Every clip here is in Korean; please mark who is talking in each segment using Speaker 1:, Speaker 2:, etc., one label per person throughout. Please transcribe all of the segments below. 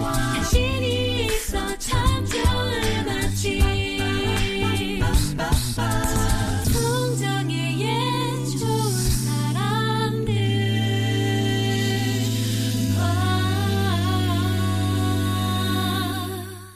Speaker 1: 당신이 있어 참 좋은 아침 성정의 좋은 사람들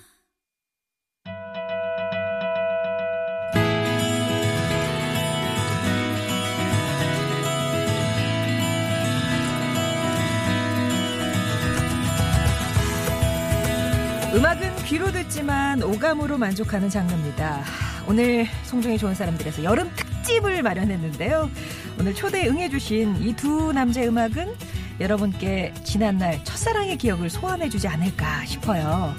Speaker 2: 음악은 귀로 듣지만 오감으로 만족하는 장르입니다. 오늘 송정이 좋은 사람들에서 여름 특집을 마련했는데요. 오늘 초대 응해주신 이 두 남자의 음악은 여러분께 지난날 첫사랑의 기억을 소환해주지 않을까 싶어요.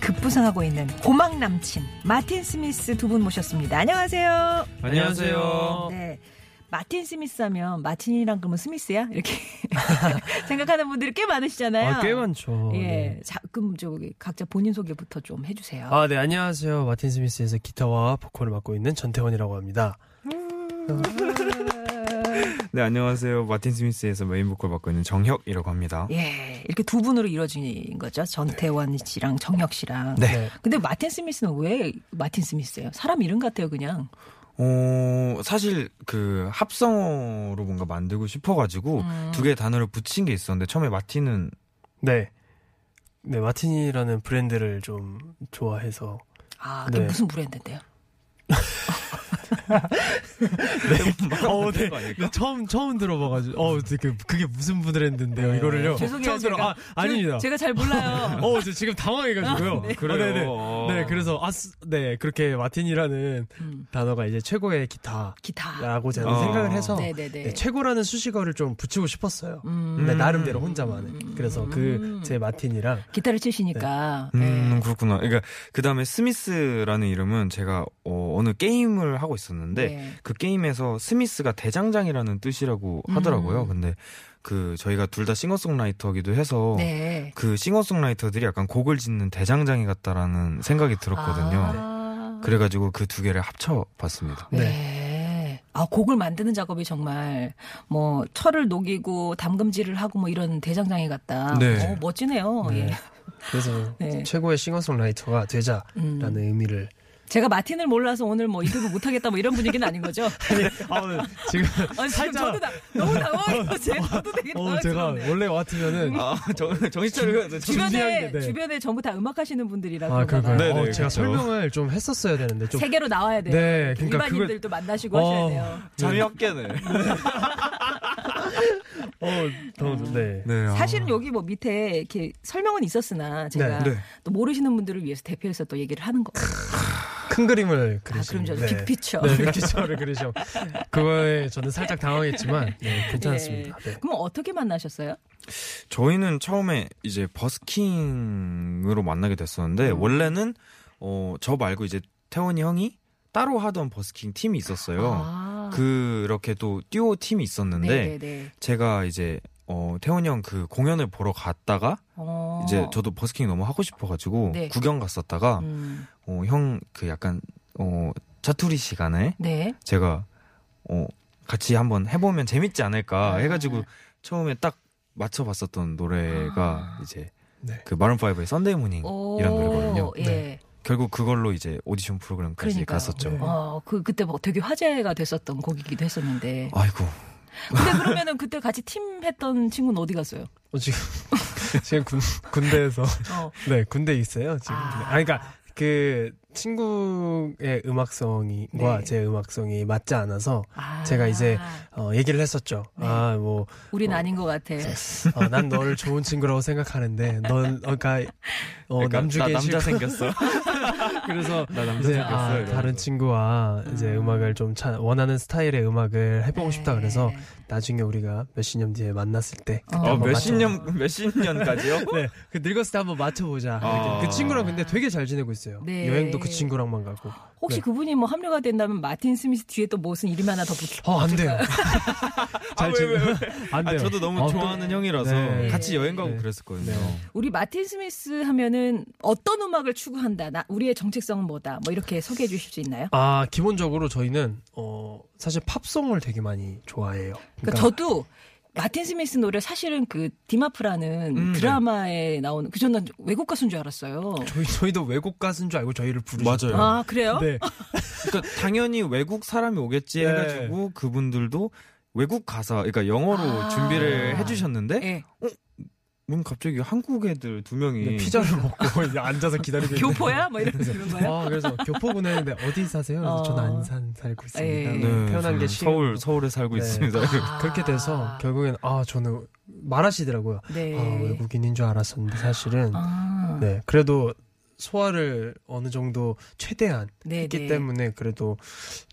Speaker 2: 급부상하고 있는 고막 남친 마틴 스미스 두 분 모셨습니다. 안녕하세요.
Speaker 3: 안녕하세요.
Speaker 2: 네. 마틴 스미스 하면 마틴이랑 그러면 스미스야? 이렇게 생각하는 분들이 꽤 많으시잖아요.
Speaker 3: 아, 꽤 많죠.
Speaker 2: 네. 예,
Speaker 3: 네.
Speaker 2: 자, 그럼 저기 각자 본인 소개부터 좀 해주세요.
Speaker 3: 아, 네, 안녕하세요. 마틴 스미스에서 기타와 보컬을 맡고 있는 전태원이라고 합니다.
Speaker 4: 네 안녕하세요 마틴 스미스에서 메인 보컬 맡고 있는 정혁이라고 합니다.
Speaker 2: 예, 이렇게 두 분으로 이루어진 거죠. 전태원 씨랑 정혁 씨랑.
Speaker 3: 네.
Speaker 2: 근데 마틴 스미스는 왜 마틴 스미스예요? 사람 이름 같아요, 그냥.
Speaker 4: 어 사실 그 합성어로 뭔가 만들고 싶어가지고
Speaker 2: 음.
Speaker 4: 두 개의 단어를 붙인 게 있었는데 처음에 마틴은
Speaker 3: 네. 네, 마틴이라는 브랜드를 좀 좋아해서.
Speaker 2: 아, 그게
Speaker 3: 네.
Speaker 2: 무슨 브랜드인데요?
Speaker 3: 어, 네.
Speaker 4: 거 아닐까?
Speaker 3: 나 처음, 처음 들어봐가지고. 어, 그, 그게 무슨 브랜드인데요, 이거를요.
Speaker 2: 죄송해요.
Speaker 3: 처음 들어.
Speaker 2: 제가.
Speaker 3: 아, 아닙니다.
Speaker 2: 제, 가잘 아, 몰라요.
Speaker 3: 어, 저 지금 당황해가지고요. 네.
Speaker 4: 그래요.
Speaker 3: 네, 네. 네, 그래서, 아, 쓰- 네, 그렇게 마틴이라는
Speaker 2: 음,
Speaker 3: 단어가 이제 최고의 기타라고
Speaker 2: 기타.
Speaker 3: 저는
Speaker 4: 아.
Speaker 3: 생각을 해서.
Speaker 2: 네네네.
Speaker 3: 네, 최고라는 수식어를 좀 붙이고 싶었어요.
Speaker 2: 음,
Speaker 3: 네, 나름대로 혼자만의. 그래서 그 제 마틴이랑
Speaker 2: 기타를 치시니까.
Speaker 4: 음
Speaker 2: 네.
Speaker 4: 그렇구나. 그러니까 그 다음에 스미스라는 이름은 제가 어, 어느 게임을 하고 있었는데
Speaker 2: 네.
Speaker 4: 그 게임에서 스미스가 대장장이라는 뜻이라고 하더라고요.
Speaker 2: 음.
Speaker 4: 근데 그 저희가 둘 다 싱어송라이터기도 해서
Speaker 2: 네.
Speaker 4: 그 싱어송라이터들이 약간 곡을 짓는 대장장이 같다라는 생각이
Speaker 3: 어,
Speaker 4: 들었거든요.
Speaker 2: 아,
Speaker 4: 그래가지고 그 두 개를 합쳐봤습니다.
Speaker 2: 네. 아, 곡을 만드는 작업이 정말 뭐 철을 녹이고 담금질을 하고 뭐 이런 대장장이 같다.
Speaker 4: 네.
Speaker 2: 어, 멋지네요.
Speaker 3: 네.
Speaker 2: 예.
Speaker 3: 그래서
Speaker 2: 네.
Speaker 3: 최고의 싱어송라이터가 되자라는
Speaker 2: 음.
Speaker 3: 의미를
Speaker 2: 제가 마틴을 몰라서 오늘 뭐 인터뷰 못 하겠다 뭐 이런 분위기는 아닌 거죠?
Speaker 3: 아니, 아, 오늘 지금
Speaker 2: 아, 지금
Speaker 3: 살짝
Speaker 2: 저도 나, 너무 당황했어요. 저도 되게
Speaker 3: 어, 제가
Speaker 2: 당황스럽네요. 음.
Speaker 3: 원래 같으면은
Speaker 4: 아, 정, 정신 차려.
Speaker 2: 주변에
Speaker 3: 준비한 게, 네.
Speaker 2: 주변에 전부 다 음악 하시는 분들이라서
Speaker 3: 아
Speaker 2: 그런가
Speaker 3: 그런가요?
Speaker 2: 봐요.
Speaker 4: 네,
Speaker 3: 어,
Speaker 4: 네,
Speaker 3: 제가
Speaker 4: 그렇죠.
Speaker 3: 설명을 좀 했었어요 되는데 좀
Speaker 2: 세계로 나와야 돼요.
Speaker 3: 네, 그러니까
Speaker 2: 일반인들도 만나시고
Speaker 3: 어.
Speaker 2: 하셔야 돼요.
Speaker 4: 잠이 없겠네.
Speaker 3: 어, 더,
Speaker 2: 음.
Speaker 3: 네.
Speaker 4: 네, 아.
Speaker 2: 사실은 여기 뭐 밑에 이렇게 설명은 있었으나 제가
Speaker 4: 네.
Speaker 2: 또 모르시는 분들을 위해서 대표해서 또 얘기를 하는 거.
Speaker 3: 큰 그림을
Speaker 2: 아, 그럼
Speaker 3: 그리시는
Speaker 2: 저
Speaker 3: 네.
Speaker 2: 빅피처.
Speaker 3: 네, 빅피처를 그리셔. 그거에 저는 살짝 당황했지만 네, 괜찮았습니다.
Speaker 2: 예.
Speaker 3: 네.
Speaker 2: 그럼 어떻게 만나셨어요?
Speaker 4: 저희는 처음에 이제 버스킹으로 만나게 됐었는데
Speaker 2: 음.
Speaker 4: 원래는 어, 저 말고 이제 태원이 형이 따로 하던 버스킹 팀이 있었어요.
Speaker 2: 아.
Speaker 4: 그렇게 또 듀오 팀이 있었는데
Speaker 2: 네네네.
Speaker 4: 제가 이제 어, 태원이 형 그 공연을 보러 갔다가
Speaker 2: 어.
Speaker 4: 이제 저도 버스킹 너무 하고 싶어가지고
Speaker 2: 네.
Speaker 4: 구경 갔었다가
Speaker 2: 음.
Speaker 4: 어, 형 그 약간 어, 자투리 시간에
Speaker 2: 네.
Speaker 4: 제가 어, 같이 한번 해보면 재밌지 않을까
Speaker 2: 아.
Speaker 4: 해가지고 처음에 딱 맞춰봤었던 노래가 이제
Speaker 3: 네.
Speaker 4: 그 마룬 파이브의 썬데이 모닝
Speaker 2: 오,
Speaker 4: 이란 노래거든요.
Speaker 2: 예.
Speaker 3: 네.
Speaker 4: 결국 그걸로 이제 오디션 프로그램까지
Speaker 2: 그러니까요.
Speaker 4: 갔었죠.
Speaker 3: 네.
Speaker 2: 어, 그 그때 뭐 되게 화제가 됐었던 곡이기도 했었는데.
Speaker 4: 아이고
Speaker 3: 어,
Speaker 2: 근데 그러면은 그때 같이 팀 했던 친구는 어디 갔어요?
Speaker 3: 어, 지금 지금 군, 군대에서
Speaker 2: 어.
Speaker 3: 네, 군대 있어요, 지금.
Speaker 2: 아.
Speaker 3: 아, 그러니까 그 친구의 음악성과
Speaker 2: 네.
Speaker 3: 제 음악성이 맞지 않아서
Speaker 2: 아,
Speaker 3: 제가 이제 어, 얘기를 했었죠.
Speaker 2: 네.
Speaker 3: 아, 뭐,
Speaker 2: 우린 아닌 것 같아.
Speaker 4: 네.
Speaker 3: 어, 난 너를 좋은 친구라고 생각하는데, 넌, 어, 그러니까, 어,
Speaker 4: 그러니까
Speaker 3: 남주기
Speaker 4: 나 남자 생겼어.
Speaker 3: 그래서
Speaker 4: 나 남자
Speaker 3: 이제
Speaker 4: 생겼어.
Speaker 3: 아,
Speaker 4: 이러면서.
Speaker 3: 다른 친구와 이제
Speaker 2: 음.
Speaker 3: 음악을 좀 찾- 원하는 스타일의 음악을 해보고
Speaker 2: 네.
Speaker 3: 싶다 그래서 나중에 우리가 몇 십 년 뒤에 만났을 때 그때
Speaker 2: 어,
Speaker 4: 어,
Speaker 3: 한번
Speaker 4: 몇십
Speaker 3: 맞춰-
Speaker 4: 년, 몇십 년까지요?
Speaker 3: 네, 그 늙었을 때 한번 맞춰보자.
Speaker 4: 아.
Speaker 3: 그 친구랑 근데 되게 잘 지내고 있어요.
Speaker 2: 네.
Speaker 3: 여행도 그 친구랑만 가고.
Speaker 2: 혹시
Speaker 3: 네.
Speaker 2: 그분이 뭐 합류가 된다면 마틴 스미스 뒤에 또 무슨 이름 하나 더 붙.
Speaker 3: 어, 안 돼요.
Speaker 4: 아,
Speaker 3: 잘
Speaker 4: 왜,
Speaker 3: 지내.
Speaker 4: 왜, 왜.
Speaker 3: 안
Speaker 4: 아,
Speaker 3: 돼요.
Speaker 4: 저도 너무
Speaker 3: 어, 또-
Speaker 4: 좋아하는 형이라서
Speaker 3: 네.
Speaker 4: 같이 여행 가고
Speaker 3: 네.
Speaker 4: 그랬었거든요.
Speaker 2: 우리 마틴 스미스 하면은 어떤 음악을 추구한다. 나, 우리의 정체성은 뭐다. 뭐 이렇게 소개해 주실 수 있나요?
Speaker 3: 아, 기본적으로 저희는 어 사실 팝송을 되게 많이 좋아해요.
Speaker 2: 그러니까 저도 마틴 스미스 노래 사실은 그 디마프라는
Speaker 4: 음, 네.
Speaker 2: 드라마에 나오는 그 전난 외국 가수인 줄 알았어요.
Speaker 3: 저희 저희도 외국 가수인 줄 알고 저희를 부르죠.
Speaker 4: 맞아요.
Speaker 2: 아 그래요?
Speaker 3: 네.
Speaker 4: 그러니까 당연히 외국 사람이 오겠지
Speaker 3: 네.
Speaker 4: 해가지고 그분들도 외국 가사, 그러니까 영어로
Speaker 2: 아.
Speaker 4: 준비를 해주셨는데
Speaker 3: 네,
Speaker 2: 예.
Speaker 4: 뭔 갑자기 한국 애들 두
Speaker 3: 근데
Speaker 4: 명이
Speaker 3: 네, 피자를 먹고 이제 앉아서 기다리고 있는데.
Speaker 2: 교포야? 뭐 이런 그런 거예요?
Speaker 3: 아, 그래서 교포 보내는데 어디 사세요? 그래서
Speaker 2: 어.
Speaker 3: 저는 안산 살고 있습니다.
Speaker 2: 예.
Speaker 4: 네,
Speaker 3: 태어난 게
Speaker 4: 저는
Speaker 3: 싫어요.
Speaker 4: 서울 서울에 살고
Speaker 3: 네.
Speaker 4: 있습니다.
Speaker 3: 그렇게 돼서 결국엔 아 저는 말하시더라고요.
Speaker 2: 네.
Speaker 3: 아 외국인인 줄 알았었는데 사실은
Speaker 2: 아,
Speaker 3: 네 그래도 소화를 어느 정도 최대한
Speaker 2: 네,
Speaker 3: 했기
Speaker 2: 네.
Speaker 3: 때문에 그래도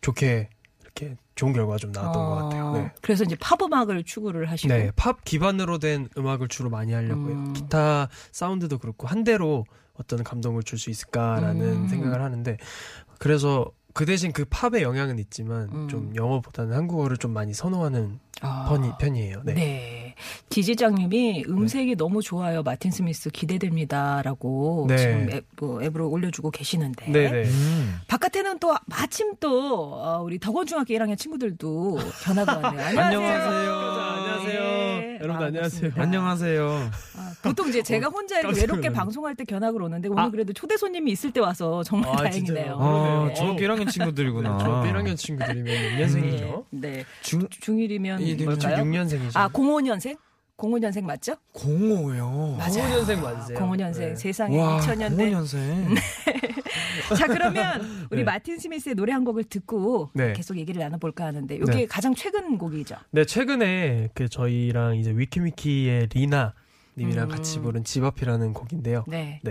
Speaker 3: 좋게 이렇게 좋은 결과가 좀 나왔던 것 같아요. 네.
Speaker 2: 어. 그래서 이제 팝 음악을 추구를 하시고
Speaker 3: 네, 팝 기반으로 된 음악을 주로 많이 하려고 해요.
Speaker 2: 음.
Speaker 3: 기타 사운드도 그렇고 한 대로 어떤 감동을 줄 수 있을까라는
Speaker 2: 음.
Speaker 3: 생각을 하는데 그래서 그 대신 그 팝의 영향은 있지만
Speaker 2: 음.
Speaker 3: 좀 영어보다는 한국어를 좀 많이 선호하는
Speaker 2: 아,
Speaker 3: 편이, 편이에요. 네.
Speaker 2: 네. 지지장님이 음색이 너무 좋아요. 마틴 스미스 기대됩니다라고
Speaker 3: 네.
Speaker 2: 지금 앱, 뭐 앱으로 올려주고 계시는데
Speaker 3: 네네.
Speaker 4: 음.
Speaker 2: 바깥에는 또 마침 또 어, 우리 덕원중학교 1학년 친구들도 전화가 왔네요.
Speaker 4: 안녕하세요.
Speaker 3: 안녕하세요.
Speaker 2: 네,
Speaker 3: 여러분 안녕하세요.
Speaker 2: 반갑습니다.
Speaker 4: 안녕하세요.
Speaker 2: 아, 보통 이제 제가 혼자 이렇게
Speaker 3: 깜짝
Speaker 2: 외롭게
Speaker 3: 놀랐네.
Speaker 2: 방송할 때 견학을 오는데 오늘
Speaker 3: 아.
Speaker 2: 그래도 초대 손님이 있을 때 와서 정말
Speaker 3: 아,
Speaker 2: 다행이네요.
Speaker 3: 진짜요?
Speaker 4: 아,
Speaker 3: 그러네요. 네,
Speaker 4: 중학교 1학년 친구들이구나.
Speaker 3: 저
Speaker 2: 음.
Speaker 3: 1학년 친구들이면 6년생이죠.
Speaker 2: 네.
Speaker 4: 중
Speaker 2: 중일이면
Speaker 4: 이게
Speaker 3: 저
Speaker 2: 음. 뭘까요?
Speaker 3: 6년생이죠.
Speaker 2: 아, 05년생? 05년생 맞죠?
Speaker 4: 공호요.
Speaker 2: 맞아요.
Speaker 3: 05년생 맞으세요?
Speaker 2: 05년생
Speaker 3: 네.
Speaker 2: 세상에
Speaker 4: 와,
Speaker 2: 2000년대. 네.
Speaker 4: 05년생. 네,
Speaker 2: 자, 그러면 우리
Speaker 3: 네.
Speaker 2: 마틴 스미스의 노래 한 곡을 듣고
Speaker 3: 네.
Speaker 2: 계속 얘기를 나눠볼까 하는데 이게
Speaker 3: 네.
Speaker 2: 가장 최근 곡이죠.
Speaker 3: 네, 최근에 그 저희랑 이제 위키미키의 리나
Speaker 2: 음.
Speaker 3: 님이랑 같이 부른 집 앞이라는 곡인데요.
Speaker 2: 네.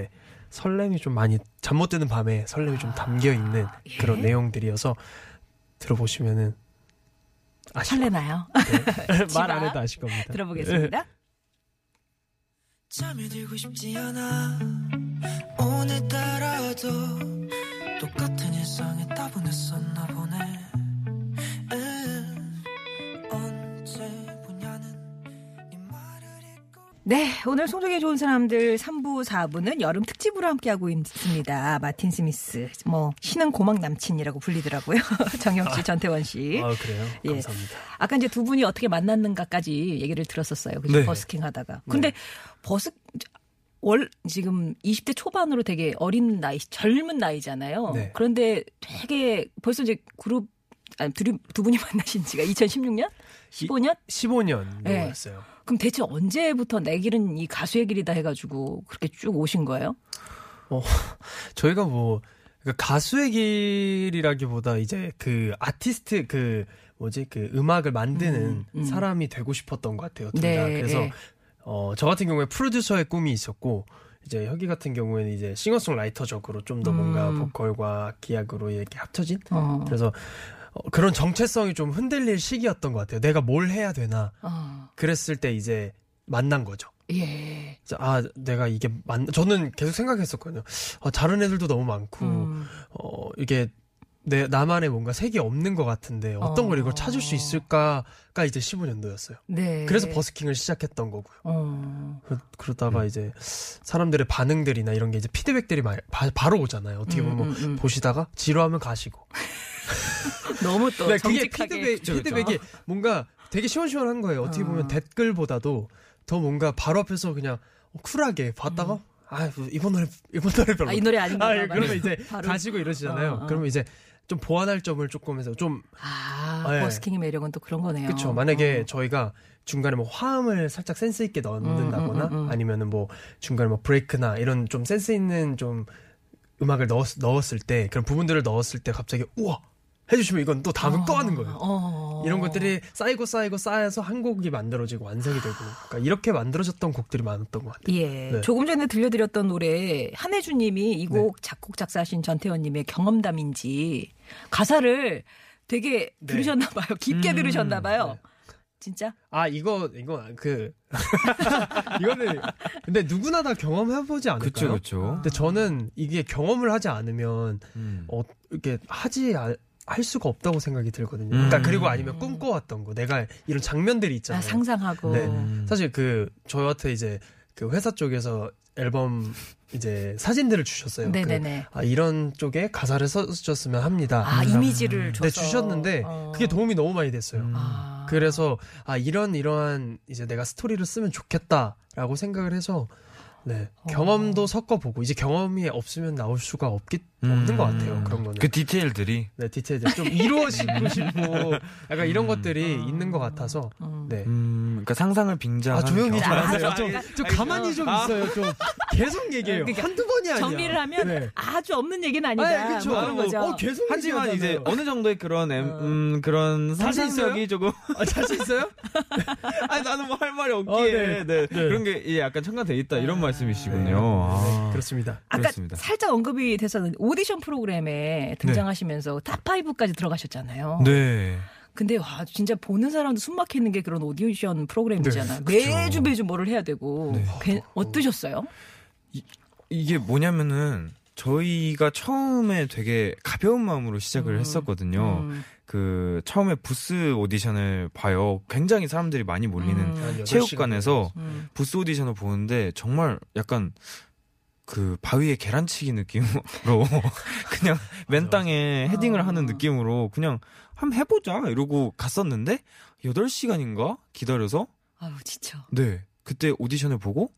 Speaker 3: 설렘이 좀 많이 잠 못 드는 밤에 설렘이 좀 담겨 있는
Speaker 2: 아, 예?
Speaker 3: 그런 내용들이어서 들어보시면은
Speaker 2: 설레나요?
Speaker 3: 말 안
Speaker 2: 집안?
Speaker 3: 해도 아실 겁니다.
Speaker 2: 들어보겠습니다.
Speaker 5: 잠이 들고 싶지 않아 오늘따라도 똑같은 일상에 따분했었나 보네 음, 언제 보냐는 네 말을 잊고
Speaker 2: 네, 오늘 송정에 좋은 사람들 3부, 4부는 여름 특집으로 함께하고 있습니다. 마틴 스미스, 뭐 신은 고막 남친이라고 불리더라고요. 정영 씨, 전태원 씨.
Speaker 3: 아, 그래요.
Speaker 2: 예.
Speaker 3: 감사합니다.
Speaker 2: 아까 이제 두 분이 어떻게 만났는가까지 얘기를 들었었어요. 그죠?
Speaker 3: 네.
Speaker 2: 버스킹 하다가. 근데 버스 월 지금 20대 초반으로 되게 어린 나이, 젊은 나이잖아요.
Speaker 3: 네.
Speaker 2: 그런데 되게 벌써 이제 그룹 아니 두, 두 분이 만나신 지가 2016년? 15년?
Speaker 3: 15년
Speaker 2: 예.
Speaker 3: 넘었어요.
Speaker 2: 그럼 대체 언제부터 내 길은 이 가수의 길이다 해가지고 그렇게 쭉 오신 거예요?
Speaker 3: 저희가 뭐 그러니까 가수의 길이라기보다 이제 그 아티스트 그 뭐지 그 음악을 만드는
Speaker 2: 음, 음.
Speaker 3: 사람이 되고 싶었던 것 같아요. 둘 다. 그래서
Speaker 2: 예.
Speaker 3: 어, 저 같은 경우에 프로듀서의 꿈이 있었고, 이제 혁이 같은 경우에는 이제 싱어송라이터적으로 좀 더 뭔가
Speaker 2: 음.
Speaker 3: 보컬과 기악으로 이렇게 합쳐진?
Speaker 2: 어.
Speaker 3: 그래서 어, 그런 정체성이 좀 흔들릴 시기였던 것 같아요. 내가 뭘 해야 되나.
Speaker 2: 어.
Speaker 3: 그랬을 때 이제 만난 거죠.
Speaker 2: 예.
Speaker 3: 그래서 아, 내가 이게 만, 저는 계속 생각했었거든요. 어, 다른 애들도 너무 많고,
Speaker 2: 음.
Speaker 3: 어, 이게 내, 나만의 뭔가 색이 없는 것 같은데 어떤 걸
Speaker 2: 어.
Speaker 3: 이걸 찾을 수 있을까가 이제 15년도였어요.
Speaker 2: 네.
Speaker 3: 그래서 버스킹을 시작했던 거고요.
Speaker 2: 어.
Speaker 3: 그러- 그러다가 이제 사람들의 반응들이나 이런 게 이제 피드백들이 마, 바, 로 오잖아요. 어떻게
Speaker 2: 음,
Speaker 3: 보면 뭐
Speaker 2: 음, 음.
Speaker 3: 보시다가 지루하면 가시고.
Speaker 2: 너무 또
Speaker 3: 네, 그게
Speaker 2: 정직하게 그렇죠.
Speaker 3: 피드백, 피드백이 뭔가 되게 시원시원한 거예요. 어떻게 보면
Speaker 2: 아.
Speaker 3: 댓글보다도 더 뭔가 바로 앞에서 그냥 쿨하게 봤다가 아 이번 노래 이번 노래 별로.
Speaker 2: 음. 아, 이 노래 아닌가 봐.
Speaker 3: 예, 그러면 이제
Speaker 2: 바로.
Speaker 3: 가시고 이러시잖아요.
Speaker 2: 어, 어.
Speaker 3: 그러면 이제 좀 보완할 점을 조금 해서 좀
Speaker 2: 아,
Speaker 3: 네.
Speaker 2: 버스킹의 매력은 또 그런 거네요.
Speaker 3: 그렇죠. 만약에 저희가 중간에 뭐 화음을 살짝 센스 있게 넣는다거나
Speaker 2: 음, 음, 음, 음.
Speaker 3: 아니면은 뭐 중간에 뭐 브레이크나 이런 좀 센스 있는 좀 음악을 넣었, 넣었을 때 그런 부분들을 넣었을 때 갑자기 우와 해주시면 이건 또 다음에 또 하는 거예요.
Speaker 2: 아, 어.
Speaker 3: 이런 것들이 쌓이고 쌓이고 쌓여서 한 곡이 만들어지고 완성이 되고 그러니까 이렇게 만들어졌던 곡들이 많았던 것 같아요.
Speaker 2: 예.
Speaker 3: 네.
Speaker 2: 조금 전에 들려드렸던 노래 한혜주 님이 이 곡 작곡 작사하신 전태원 님의 경험담인지 가사를 되게
Speaker 3: 네.
Speaker 2: 들으셨나 봐요. 깊게
Speaker 4: 음,
Speaker 2: 들으셨나 봐요.
Speaker 3: 네.
Speaker 2: 진짜?
Speaker 3: 아 이거 이거 그 이거는 근데 누구나 다 경험해보지 않을까요?
Speaker 4: 그쵸 그쵸.
Speaker 3: 근데 저는 이게 경험을 하지 않으면
Speaker 4: 음.
Speaker 3: 어, 이렇게 하지 아- 할 수가 없다고 생각이 들거든요.
Speaker 4: 음.
Speaker 3: 그러니까 그리고 아니면 꿈꿔왔던 거 내가 이런 장면들이
Speaker 2: 아,
Speaker 3: 있잖아요.
Speaker 2: 상상하고
Speaker 3: 네.
Speaker 4: 음.
Speaker 3: 사실 그 저한테 이제 그 회사 쪽에서 앨범 이제 사진들을 주셨어요. 그
Speaker 2: 네네네.
Speaker 3: 아, 이런 쪽에 가사를 써주셨으면 합니다.
Speaker 2: 아,
Speaker 3: 그래서
Speaker 2: 이미지를 줘서
Speaker 3: 네, 주셨는데
Speaker 2: 어.
Speaker 3: 그게 도움이 너무 많이 됐어요.
Speaker 4: 음.
Speaker 2: 아.
Speaker 3: 그래서 아 이런 이러한 이제 내가 스토리를 쓰면 좋겠다라고 생각을 해서 네
Speaker 2: 어.
Speaker 3: 경험도 섞어보고 이제 경험이 없으면 나올 수가 없기 없는
Speaker 4: 음.
Speaker 3: 것 같아요 그런 거는
Speaker 4: 그 디테일들이
Speaker 3: 네 디테일들 좀 이루어지고 싶고 약간 이런 것들이 있는 것 같아서
Speaker 2: 어. 음.
Speaker 3: 네.
Speaker 4: 음, 그러니까 상상을
Speaker 3: 아
Speaker 4: 빙자하는
Speaker 3: 조용히
Speaker 4: 경험.
Speaker 3: 잘하세요.
Speaker 2: 아,
Speaker 3: 좀,
Speaker 2: 약간-
Speaker 3: 좀 가만히 좀 있어요. 좀 계속 얘기해요.
Speaker 2: 그러니까
Speaker 3: 한두 번이 아니야.
Speaker 2: 정리를 하면
Speaker 3: 네.
Speaker 2: 아주 없는 얘기는 아니다.
Speaker 3: 아, 그렇죠.
Speaker 2: 뭐 그런 거죠.
Speaker 3: 어, 계속
Speaker 4: 하지만 이제
Speaker 3: 얘기하잖아요.
Speaker 4: 어느 정도의 그런 엠, 음, 그런
Speaker 3: 자신
Speaker 4: 상상력이 조금
Speaker 3: 아, 자신 있어요?
Speaker 4: 아니 나는 뭐 할 말이 없기에
Speaker 3: 어, 네. 네.
Speaker 4: 네.
Speaker 3: 아,
Speaker 4: 그런 게 이제 약간 첨가돼 있다 이런 말씀이시군요.
Speaker 3: 네,
Speaker 4: 아.
Speaker 3: 그렇습니다.
Speaker 2: 아까
Speaker 4: 그렇습니다.
Speaker 2: 살짝 언급이 됐었는데 오디션
Speaker 3: 네.
Speaker 2: 프로그램에 등장하시면서 탑5까지 들어가셨잖아요.
Speaker 4: 네.
Speaker 2: 근데 와 진짜 보는 사람도 숨 막히는 게 그런 오디션 프로그램이잖아.
Speaker 3: 네,
Speaker 2: 요 매주 매주 뭐를 해야 되고 괜- 어떠셨어요?
Speaker 4: 이게 뭐냐면은 저희가 처음에 되게 가벼운 마음으로 시작을 했었거든요.
Speaker 2: 음.
Speaker 4: 그 처음에 부스 오디션을 봐요. 굉장히 사람들이 많이 몰리는
Speaker 2: 음.
Speaker 3: 한 여덟
Speaker 4: 체육관에서
Speaker 2: 음.
Speaker 4: 부스 오디션을 보는데 정말 약간 그 바위에 계란치기 느낌으로 그냥 맨 땅에 헤딩을 하는 느낌으로 그냥 한번 해보자 이러고 갔었는데 8시간인가 기다려서
Speaker 2: 아우 지쳐.
Speaker 4: 네 그때 오디션을 보고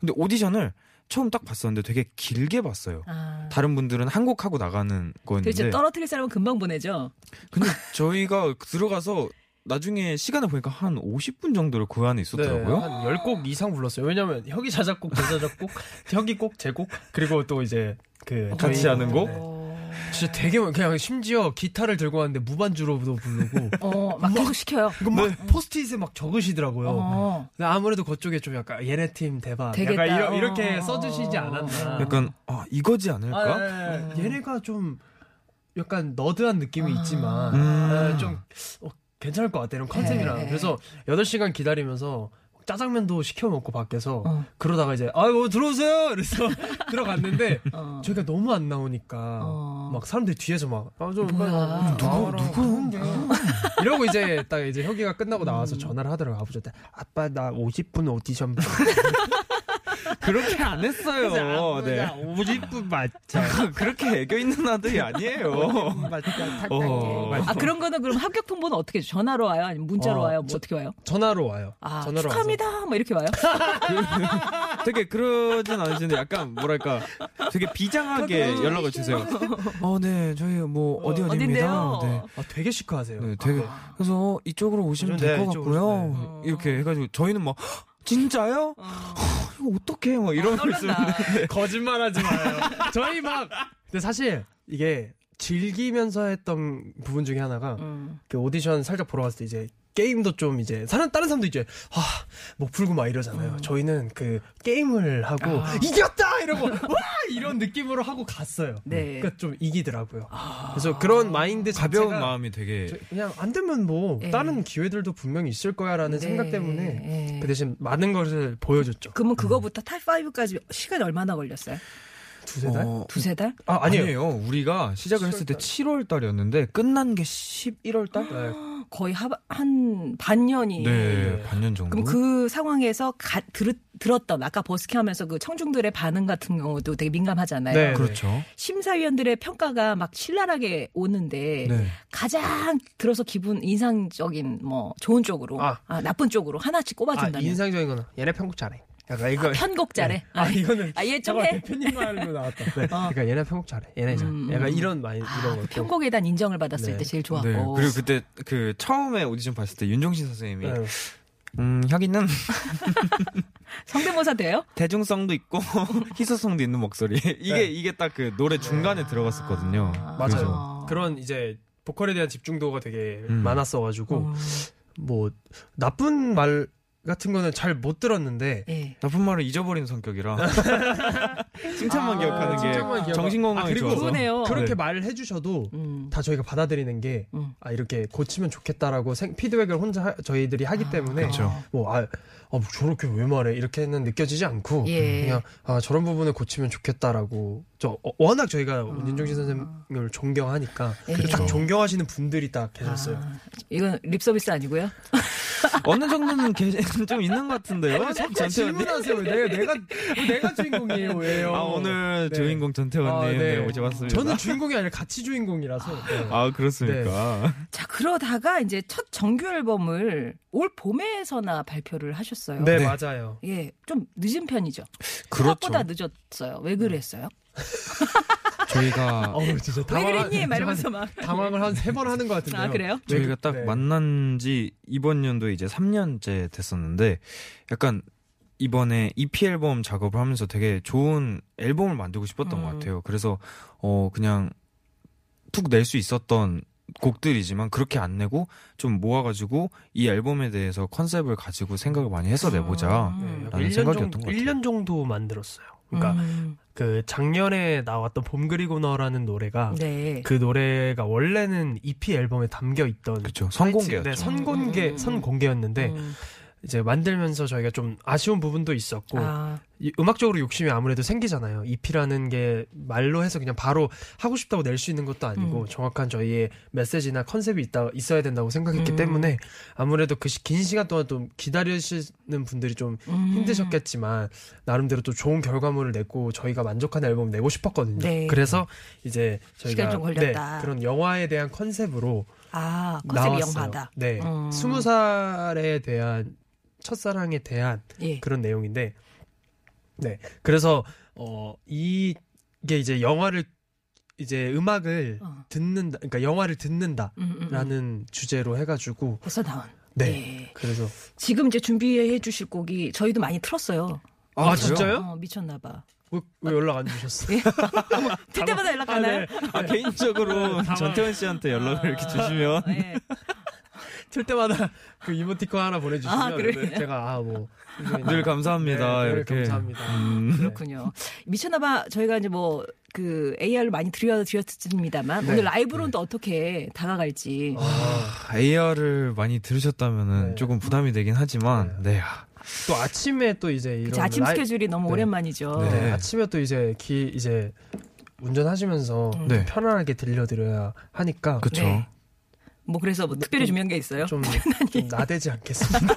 Speaker 4: 근데 오디션을 처음 딱 봤었는데 되게 길게 봤어요.
Speaker 2: 아.
Speaker 4: 다른 분들은 한 곡 하고 나가는
Speaker 2: 도대체
Speaker 4: 거였는데
Speaker 2: 떨어뜨릴 사람은 금방 보내죠.
Speaker 4: 근데 저희가 들어가서 나중에 시간을 보니까 한 50분 정도를 그 안에 있었더라고요.
Speaker 3: 네, 한 10곡 이상 불렀어요. 왜냐면 혁이 자작곡, 제 자작곡, 혁이곡, 제곡, 그리고 또 이제 그
Speaker 4: 같이
Speaker 3: 저희-
Speaker 4: 하는 곡?
Speaker 3: 네.
Speaker 2: 어,
Speaker 3: 진짜 되게 많- 그냥 심지어 기타를 들고 왔는데 무반주로도 부르고 네.
Speaker 2: 어,
Speaker 3: 뭐.
Speaker 2: 막 계속 시켜요.
Speaker 3: 이거 막 포스트잇에 막 적으시더라고요.
Speaker 2: 어.
Speaker 3: 근데 아무래도 그쪽에 좀 약간 얘네 팀 대박
Speaker 2: 되겠다.
Speaker 3: 약간 이러,
Speaker 2: 어.
Speaker 3: 이렇게 써주시지 않았나.
Speaker 4: 약간 아 이거지 않을까? 음.
Speaker 3: 아, 예, 예. 얘네가 좀 약간 너드한 느낌이
Speaker 2: 아.
Speaker 3: 있지만
Speaker 4: 음.
Speaker 3: 예, 좀 어, 괜찮을 것 같아 이런 컨셉이라
Speaker 2: 네.
Speaker 3: 그래서 8시간 기다리면서 짜장면도 시켜 먹고 밖에서
Speaker 2: 어.
Speaker 3: 그러다가 이제 아유 들어오세요 그래서 들어갔는데
Speaker 2: 어.
Speaker 3: 저희가 너무 안 나오니까
Speaker 2: 어.
Speaker 3: 막 사람들이 뒤에서 막아좀
Speaker 2: 뭐야.
Speaker 3: 누구 누구인데 이러고 이제 딱 이제 혁이가 끝나고
Speaker 2: 음.
Speaker 3: 나와서 전화를 하더라고 아버지한테 아빠 나 50분 오디션 봐.
Speaker 4: 그렇게 안 했어요. 네.
Speaker 3: 50분 맞죠
Speaker 4: 그렇게 애교 있는 아들이 아니에요. 어.
Speaker 2: 아 그런 거는 그럼 합격 통보는 어떻게 해요? 전화로 와요? 아니면 문자로
Speaker 3: 어,
Speaker 2: 와요? 뭐
Speaker 3: 저-
Speaker 2: 어떻게 와요?
Speaker 3: 전화로 와요.
Speaker 2: 아
Speaker 3: 전화로
Speaker 2: 축하합니다. 뭐 이렇게 와요?
Speaker 4: 되게 그러진 않으신데 약간 뭐랄까 되게 비장하게 연락을 주세요. 어, 네, 저희 뭐 어디
Speaker 2: 어딘데요?
Speaker 4: 어디입니다. 네.
Speaker 3: 와서. 아, 되게 시크하세요. 아,
Speaker 4: 네, 되게 그래서 이쪽으로 오시면 될 것
Speaker 3: 네, 이쪽으로,
Speaker 4: 같고요. 이렇게 해가지고 저희는 막 "헉,
Speaker 2: 어.
Speaker 4: 진짜요? 헉, 이거 어떡해? 막
Speaker 2: 아,
Speaker 4: 이러면서
Speaker 2: 떨린다.
Speaker 3: 거짓말하지 마요. 저희 막 근데 사실 이게 즐기면서 했던 부분 중에 하나가
Speaker 2: 음.
Speaker 3: 그 오디션 살짝 보러 갔을 때 이제 게임도 좀 이제 사람 다른 사람도 이제 아목 풀고 막 이러잖아요.
Speaker 2: 음.
Speaker 3: 저희는 그 게임을 하고
Speaker 2: 아.
Speaker 3: 이겼다 이러고 와 이런 느낌으로 하고 갔어요.
Speaker 2: 네. 아.
Speaker 3: 그러니까 좀 이기더라고요. 그래서 그런 마인드
Speaker 4: 가벼운
Speaker 3: 자체가
Speaker 4: 마음이 되게
Speaker 3: 저- 그냥 안 되면 뭐
Speaker 2: 예.
Speaker 3: 다른 기회들도 분명히 있을 거야라는
Speaker 2: 네,
Speaker 3: 생각 때문에 음.
Speaker 2: 예.
Speaker 3: 그 대신 많은 것을 보여줬죠.
Speaker 2: 그러면 그거부터 탑5까지 시간이 얼마나 걸렸어요?
Speaker 3: 그 두세 달?
Speaker 4: 어,
Speaker 2: 두세 달?
Speaker 3: 아, 아니에요.
Speaker 4: 우리가 시작을 했을 때 7월 달이었는데 끝난 게 11월 달?
Speaker 3: 네,
Speaker 2: 어, 거의 하- 한 반년이.
Speaker 4: 네, 반년 정도.
Speaker 2: 그럼 그 상황에서 가- 들, 들었던 아까 버스킹 하면서 그 청중들의 반응 같은 경우도 되게 민감하잖아요.
Speaker 3: 네.
Speaker 4: 그렇죠.
Speaker 2: 심사위원들의 평가가 막 신랄하게 오는데
Speaker 4: 네.
Speaker 2: 가장 들어서 기분 인상적인 뭐 좋은 쪽으로 아,
Speaker 3: 아.
Speaker 2: 나쁜 쪽으로 하나씩
Speaker 3: 아,
Speaker 2: 꼽아준다면
Speaker 3: 인상적인 거는 얘네 편곡 잘해. 약간 이거.
Speaker 2: 아, 편곡 잘해.
Speaker 3: 네. 아, 이거는.
Speaker 2: 아, 얘 좀
Speaker 3: 잠깐만,
Speaker 2: 해. 아.
Speaker 3: 대표님 말로 나왔다. 네. 그러니까 얘네 편곡 잘해. 얘네 잘해.
Speaker 2: 음,
Speaker 3: 약간
Speaker 2: 음.
Speaker 3: 이런, 많이,
Speaker 2: 아,
Speaker 3: 이런
Speaker 2: 그
Speaker 3: 거.
Speaker 2: 편곡에 대한 인정을 받았을
Speaker 3: 네.
Speaker 2: 때 제일
Speaker 4: 네.
Speaker 2: 좋았고.
Speaker 3: 네.
Speaker 4: 그리고 그때 그 처음에 오디션 봤을 때 윤종신 선생님이 음, 혁이는
Speaker 2: 성대모사 돼요?
Speaker 4: 대중성도 있고 희소성도 있는 목소리. 이게
Speaker 3: 네.
Speaker 4: 이게 딱 그 노래 중간에 들어갔었거든요.
Speaker 3: 맞아요. 그런 이제 보컬에 대한 집중도가 되게
Speaker 4: 음.
Speaker 3: 많았어가지고
Speaker 2: 어,
Speaker 3: 뭐 나쁜 말 같은 거는 잘 못 들었는데
Speaker 2: 예.
Speaker 4: 나쁜 말을 잊어버리는 성격이라 칭찬만
Speaker 2: 아,
Speaker 4: 기억하는
Speaker 3: 칭찬만
Speaker 4: 게
Speaker 3: 기억하-
Speaker 4: 정신
Speaker 3: 아,
Speaker 4: 건강에
Speaker 3: 그리고
Speaker 4: 좋아서.
Speaker 2: 좋으네요.
Speaker 3: 그렇게
Speaker 4: 네.
Speaker 3: 말을 해주셔도
Speaker 2: 음.
Speaker 3: 다 저희가 받아들이는 게
Speaker 2: 음.
Speaker 3: 아, 이렇게 고치면 좋겠다라고 생- 피드백을 혼자 하- 저희들이 하기 때문에
Speaker 4: 그렇죠.
Speaker 3: 뭐, 아, 아, 뭐 저렇게 왜 말해? 이렇게는 느껴지지 않고
Speaker 2: 예.
Speaker 3: 그냥 아, 저런 부분을 고치면 좋겠다라고 저 어, 워낙 저희가
Speaker 2: 음.
Speaker 3: 윤종신 선생님을 존경하니까
Speaker 2: 예.
Speaker 4: 그렇죠.
Speaker 3: 딱 존경하시는 분들이 딱 계셨어요.
Speaker 2: 아, 이건 립 서비스 아니고요.
Speaker 4: 어느 정도는 개- 좀 있는 것 같은데요. 전태현님.
Speaker 3: 질문하세요. 네, 내가 내가 내가 주인공이에요. 왜요?
Speaker 4: 아 오늘
Speaker 3: 네.
Speaker 4: 주인공 전태현님
Speaker 3: 아, 네.
Speaker 4: 네, 오셔봤습니다.
Speaker 3: 저는 주인공이 아니라 같이 주인공이라서. 네.
Speaker 4: 아 그렇습니까.
Speaker 2: 자 그러다가 이제 첫 정규 앨범을 올 봄에서나 발표를 하셨어요.
Speaker 3: 네, 그렇죠. 맞아요.
Speaker 2: 예, 좀 늦은 편이죠.
Speaker 3: 네.
Speaker 4: 그렇죠.
Speaker 2: 생각보다 늦었어요. 왜 그랬어요?
Speaker 4: 저희가
Speaker 3: 어우 진짜
Speaker 2: 왜
Speaker 3: 당황한-
Speaker 2: 그랬니? 말면서 막.
Speaker 3: 당황을 한 세 번 하는 것 같은데요.
Speaker 2: 아 그래요?
Speaker 4: 저희가
Speaker 3: 왜 그-
Speaker 4: 딱
Speaker 3: 네.
Speaker 4: 만난 지 이번 연도에 이제 3년째 됐었는데 약간 이번에 EP 앨범 작업을 하면서 되게 좋은 앨범을 만들고 싶었던 것
Speaker 2: 음.
Speaker 4: 같아요. 그래서 어 그냥 툭 낼 수 있었던 곡들이지만 그렇게 안 내고 좀 모아가지고 이 앨범에 대해서 컨셉을 가지고 생각을 많이 해서 내보자.
Speaker 3: 네,
Speaker 2: 음.
Speaker 4: 라는
Speaker 3: 1년
Speaker 4: 생각이었던
Speaker 3: 정도,
Speaker 4: 것 같아요.
Speaker 3: 1년 정도 만들었어요. 그러니까
Speaker 2: 음.
Speaker 3: 그 작년에 나왔던 봄 그리고 너라는 노래가
Speaker 2: 네.
Speaker 3: 그 노래가 원래는 EP 앨범에 담겨 있던
Speaker 4: 그렇죠.
Speaker 3: 네,
Speaker 4: 선공개였죠.
Speaker 2: 음, 음, 음.
Speaker 3: 선공개 선공개였는데
Speaker 2: 음.
Speaker 3: 이제 만들면서 저희가 좀 아쉬운 부분도 있었고
Speaker 2: 아,
Speaker 3: 이 음악적으로 욕심이 아무래도 생기잖아요. EP라는 게 말로 해서 그냥 바로 하고 싶다고 낼 수 있는 것도 아니고
Speaker 2: 음.
Speaker 3: 정확한 저희의 메시지나 컨셉이 있다 있어야 된다고 생각했기
Speaker 2: 음.
Speaker 3: 때문에 아무래도 그 긴 시간 동안 좀 기다리시는 분들이 좀
Speaker 2: 음.
Speaker 3: 힘드셨겠지만 나름대로 또 좋은 결과물을 냈고 저희가 만족하는 앨범 내고 싶었거든요.
Speaker 2: 네.
Speaker 3: 그래서 이제 저희가
Speaker 2: 시간이 좀 걸렸다.
Speaker 3: 네, 그런 영화에 대한 컨셉으로
Speaker 2: 아, 컨셉이
Speaker 3: 나왔어요.
Speaker 2: 영화다.
Speaker 3: 네,
Speaker 2: 음.
Speaker 3: 스무 살에 대한 첫사랑에 대한
Speaker 2: 예.
Speaker 3: 그런 내용인데 네 그래서 어 이게 이제 영화를 이제 음악을
Speaker 2: 어.
Speaker 3: 듣는다 그러니까 영화를 듣는다라는
Speaker 2: 음, 음, 음.
Speaker 3: 주제로 해가지고
Speaker 2: 벌써 나온.
Speaker 3: 네
Speaker 2: 예.
Speaker 3: 그래서
Speaker 2: 지금 이제 준비해 주실 곡이 저희도 많이 틀었어요.
Speaker 3: 아,
Speaker 4: 그래요?
Speaker 3: 진짜요?
Speaker 2: 어, 미쳤나 봐.
Speaker 3: 왜, 왜 연락 안 주셨어요?
Speaker 2: 예. 들 때마다 연락
Speaker 3: 아,
Speaker 2: 하나요?
Speaker 3: 네.
Speaker 4: 아, 개인적으로 전태현 씨한테 연락을 이렇게 주시면
Speaker 2: 예.
Speaker 3: 틀 때마다 그 이모티콘 하나 보내주시면 네.
Speaker 2: 아, 그래요?
Speaker 3: 제가 아뭐
Speaker 4: 네. 늘 감사합니다. 이렇게
Speaker 3: 네, 감사합니다.
Speaker 4: 음.
Speaker 2: 그렇군요. 미쳤나봐 저희가 이제 뭐 그 AR로 많이 드려드렸습니다만
Speaker 3: 네.
Speaker 2: 오늘 라이브로는 또 어떻게 다가갈지
Speaker 3: 아,
Speaker 4: AR을 많이 들으셨다면
Speaker 3: 네.
Speaker 4: 은 조금 부담이 되긴 하지만 네. 아,
Speaker 3: 또 아침에 또 이제 이런
Speaker 2: 그치, 아침
Speaker 3: 라이-
Speaker 2: 스케줄이 너무
Speaker 3: 네.
Speaker 2: 오랜만이죠.
Speaker 3: 네.
Speaker 4: 네.
Speaker 3: 아침에 또 이제 기 이제 운전하시면서
Speaker 4: 네.
Speaker 3: 편안하게 들려드려야 하니까
Speaker 4: 그쵸
Speaker 2: 네. 뭐 그래서 뭐 특별히
Speaker 3: 좀-
Speaker 2: 준비한 게 있어요?
Speaker 3: 좀, 좀 나대지
Speaker 2: 아,
Speaker 3: 않겠습니다.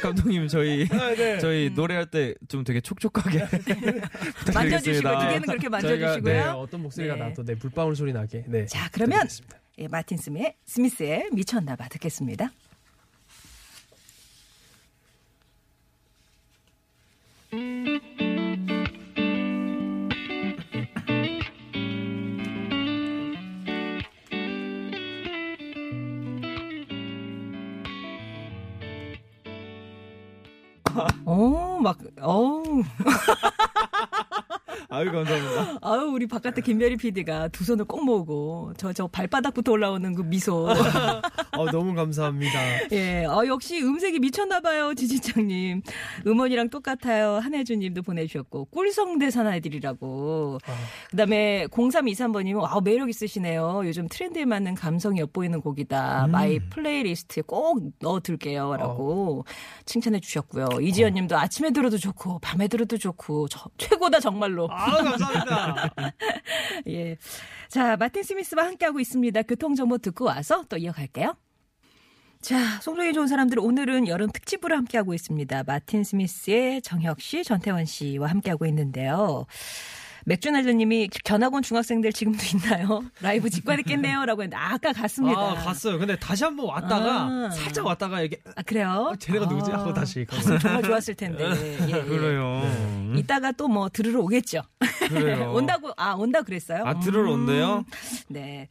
Speaker 4: 감독님 저희
Speaker 3: 네.
Speaker 4: 저희 노래할 때 좀 되게 촉촉하게
Speaker 2: 만져주시고
Speaker 4: 부탁드리겠습니다.
Speaker 2: 기계는 그렇게
Speaker 3: 저희가
Speaker 2: 만져주시고요.
Speaker 3: 네, 어떤 목소리가
Speaker 2: 네.
Speaker 3: 나도 네 물방울 소리 나게. 네.
Speaker 2: 자 그러면
Speaker 3: 드리겠습니다.
Speaker 2: 예, 마틴 스미의 스미스의 미쳤나봐 듣겠습니다. 오, 어, 막, 어우.
Speaker 4: 아유 감사합니다.
Speaker 2: 아유 우리 바깥에 김별이 PD가 두 손을 꼭 모으고 저 저 발바닥부터 올라오는 그 미소.
Speaker 3: 어, 너무 감사합니다.
Speaker 2: 예, 어, 역시 음색이 미쳤나봐요 지지장님. 음원이랑 똑같아요 한혜주님도 보내주셨고 꿀성대 사나이들이라고. 그다음에 0323번님은 와우 매력 있으시네요. 요즘 트렌드에 맞는 감성이 엿보이는 곡이다. 마이 플레이리스트에 꼭 넣어둘게요라고 칭찬해 주셨고요. 이지연님도 아침에 들어도 좋고 밤에 들어도 좋고 저- 최고다 정말로.
Speaker 3: 아, 감사합니다.
Speaker 2: 예. 자, 마틴 스미스와 함께하고 있습니다. 교통정보 듣고 와서 또 이어갈게요. 자, 송정이 좋은 사람들 오늘은 여름 특집으로 함께하고 있습니다. 마틴 스미스의 정혁 씨, 전태원 씨와 함께하고 있는데요. 맥주날드님이 전학 온 중학생들 지금도 있나요? 라이브 직관했겠네요. 라고 했는데, 아, 까 갔습니다.
Speaker 3: 아, 갔어요. 근데 다시 한번 왔다가
Speaker 2: 아.
Speaker 3: 살짝 왔다가 이게
Speaker 2: 아, 그래요?
Speaker 3: 어, 쟤네가 누구지? 하고 다시 그, 가고.
Speaker 2: 갔으면 정말 좋았을 텐데. 예,
Speaker 3: 네.
Speaker 2: 예.
Speaker 4: 그래요. 음,
Speaker 2: 이따가 또 뭐 들으러 오겠죠.
Speaker 4: 그래요.
Speaker 2: 온다고, 아, 온다 그랬어요? 음.
Speaker 4: 아 들으러 온대요.
Speaker 2: 네.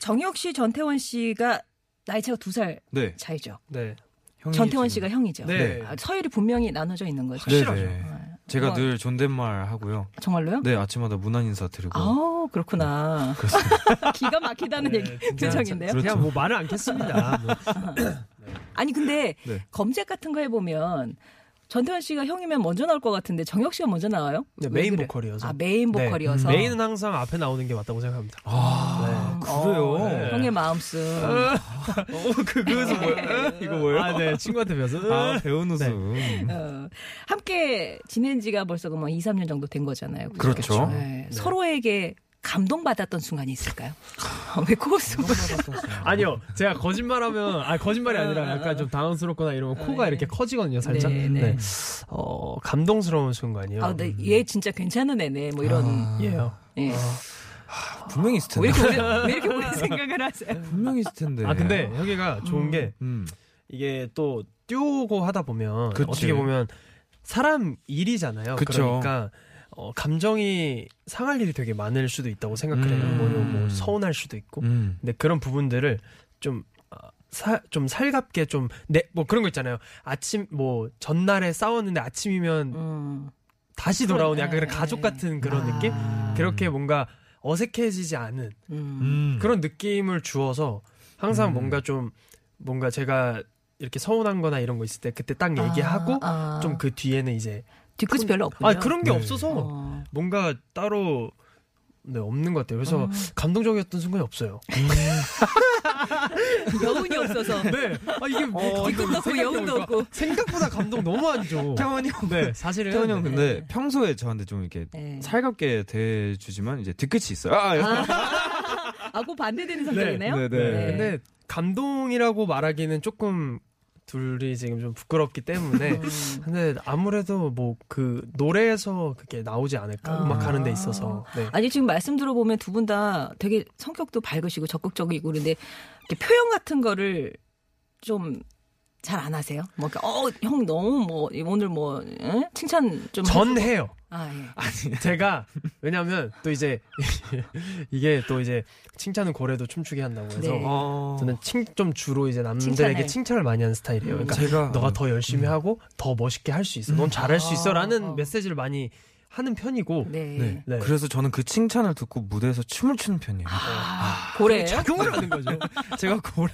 Speaker 2: 정혁 씨, 전태원 씨가 나이 차가 두 살
Speaker 4: 네
Speaker 2: 차이죠.
Speaker 3: 네.
Speaker 4: 형이
Speaker 2: 전태원
Speaker 4: 지금-
Speaker 2: 씨가 형이죠.
Speaker 3: 네.
Speaker 2: 아, 서열이 분명히 나눠져 있는 거죠.
Speaker 4: 네,
Speaker 3: 확실하죠.
Speaker 4: 네.
Speaker 2: 아,
Speaker 4: 제가
Speaker 2: 우와.
Speaker 4: 늘 존댓말 하고요.
Speaker 2: 정말로요?
Speaker 4: 네 아침마다 문안 인사 드리고.
Speaker 2: 아우 그렇구나. 기가 막히다는
Speaker 3: 네,
Speaker 2: 얘기
Speaker 3: 진짜
Speaker 2: 표정인데요.
Speaker 4: 그렇죠.
Speaker 3: 그냥 뭐 말을 안 겠습니다. 뭐.
Speaker 2: 아니 근데
Speaker 4: 네.
Speaker 2: 검색 같은 거 해보면 전태환 씨가 형이면 먼저 나올 것 같은데 정혁 씨가 먼저 나와요?
Speaker 3: 네,
Speaker 2: 왜
Speaker 3: 메인
Speaker 2: 그래?
Speaker 3: 보컬이어서.
Speaker 2: 아 메인
Speaker 3: 네.
Speaker 2: 보컬이어서
Speaker 3: 메인은 항상 앞에 나오는 게 맞다고 생각합니다.
Speaker 4: 아, 그래요.
Speaker 2: 어,
Speaker 3: 네.
Speaker 2: 형의 마음씀.
Speaker 4: 어, 그 그래서 뭐요 이거 뭐예요?
Speaker 3: 아, 네, 친구한테 배워서.
Speaker 4: 아, 배운 웃음.
Speaker 2: 어, 함께 지낸 지가 벌써 그뭐 2, 3년 정도 된 거잖아요. 그죠?
Speaker 4: 그렇죠.
Speaker 2: 네. 서로에게 감동받았던 순간이 있을까요? 왜 코웃음?
Speaker 3: 아니요, 제가 거짓말하면, 아 거짓말이 아니라 약간 좀 당황스럽거나 이러면 코가 이렇게 커지거든요, 살짝.
Speaker 2: 네,
Speaker 3: 네,
Speaker 2: 네.
Speaker 3: 어, 감동스러운 순간이요.
Speaker 2: 아, 근데 얘 진짜 괜찮은 애네. 뭐 이런.
Speaker 3: 예요.
Speaker 2: 예.
Speaker 4: 분명히 있을
Speaker 2: 왜
Speaker 4: 텐데.
Speaker 2: 이렇게 오래, 왜 이렇게 오래 생각을 하세요?
Speaker 4: 분명히 있을 텐데.
Speaker 3: 아, 근데 여기가 좋은 게
Speaker 4: 음.
Speaker 3: 이게 또 띄우고 하다 보면
Speaker 4: 그치.
Speaker 3: 어떻게 보면 사람 일이잖아요. 그
Speaker 4: 그쵸.
Speaker 3: 러니까 어, 감정이 상할 일이 되게 많을 수도 있다고 생각을 해요.
Speaker 4: 음.
Speaker 3: 뭐, 뭐 서운할 수도 있고.
Speaker 4: 음.
Speaker 3: 근데 그런 부분들을 좀, 아, 사, 좀 살갑게 좀, 내, 뭐 그런 거 있잖아요. 아침, 뭐, 전날에 싸웠는데 아침이면
Speaker 2: 음.
Speaker 3: 다시 돌아오는 약간 그런
Speaker 2: 네.
Speaker 3: 가족 같은 그런 느낌? 그렇게 뭔가 어색해지지 않은
Speaker 2: 아. 음.
Speaker 4: 음.
Speaker 3: 그런 느낌을 주어서 항상
Speaker 4: 음.
Speaker 3: 뭔가 좀, 뭔가 제가 이렇게 서운한 거나 이런 거 있을 때 그때 딱 얘기하고
Speaker 2: 아, 아.
Speaker 3: 좀 그 뒤에는 이제
Speaker 2: 뒤끝이 별로 없군요.
Speaker 3: 아 그런 게
Speaker 4: 네.
Speaker 3: 없어서
Speaker 2: 어.
Speaker 3: 뭔가 따로 네 없는 것 같아요. 그래서 감동적이었던 순간이 없어요.
Speaker 2: 여운이 없어서
Speaker 3: 네, 아 이게 뭐
Speaker 2: 뒤끝도 없고 여운도 없고.
Speaker 3: 생각보다 감동 너무 안 줘.
Speaker 4: 태원이 형.
Speaker 3: 네, 사실은
Speaker 4: 태원이 형 근데
Speaker 2: 네.
Speaker 4: 평소에 저한테 좀 이렇게
Speaker 2: 네.
Speaker 4: 살갑게 대해주지만 이제 뒤끝이 있어요. 아,
Speaker 2: 아고 반대되는 성격이네요.
Speaker 3: 네.
Speaker 4: 네, 네.
Speaker 3: 근데 감동이라고 말하기는 조금 둘이 지금 좀 부끄럽기 때문에
Speaker 2: 음.
Speaker 3: 근데 아무래도 뭐 그 노래에서 그게 나오지 않을까
Speaker 2: 아.
Speaker 3: 음악 하는 데 있어서 네.
Speaker 2: 아니 지금 말씀 들어보면 두 분 다 되게 성격도 밝으시고 적극적이고 그런데 이렇게 표현 같은 거를 좀 잘 안 하세요? 뭐 어형 너무 뭐 오늘 뭐 응? 칭찬 좀
Speaker 3: 전
Speaker 2: 해주고.
Speaker 3: 해요.
Speaker 2: 아 예.
Speaker 3: 제가 왜냐하면 또 이제 이게 또 이제 칭찬은 고래도 춤추게 한다고 해서
Speaker 2: 네.
Speaker 4: 어.
Speaker 3: 저는 칭, 좀 주로 이제
Speaker 2: 칭찬을. 음.
Speaker 3: 남들에게 칭찬을 많이 하는 스타일이에요. 그러니까
Speaker 4: 제가
Speaker 3: 너가 더 열심히 하고 더 멋있게 할 수 있어. 넌 잘할 수
Speaker 2: 아, 아.
Speaker 3: 있어라는 메시지를 많이 하는 편이고
Speaker 2: 네.
Speaker 4: 네.
Speaker 3: 네.
Speaker 4: 그래서 저는 그 칭찬을 듣고 무대에서 춤을 추는 편이에요.
Speaker 2: 아, 고래예요?
Speaker 3: 작용을 하는 거죠.
Speaker 4: 제가 고래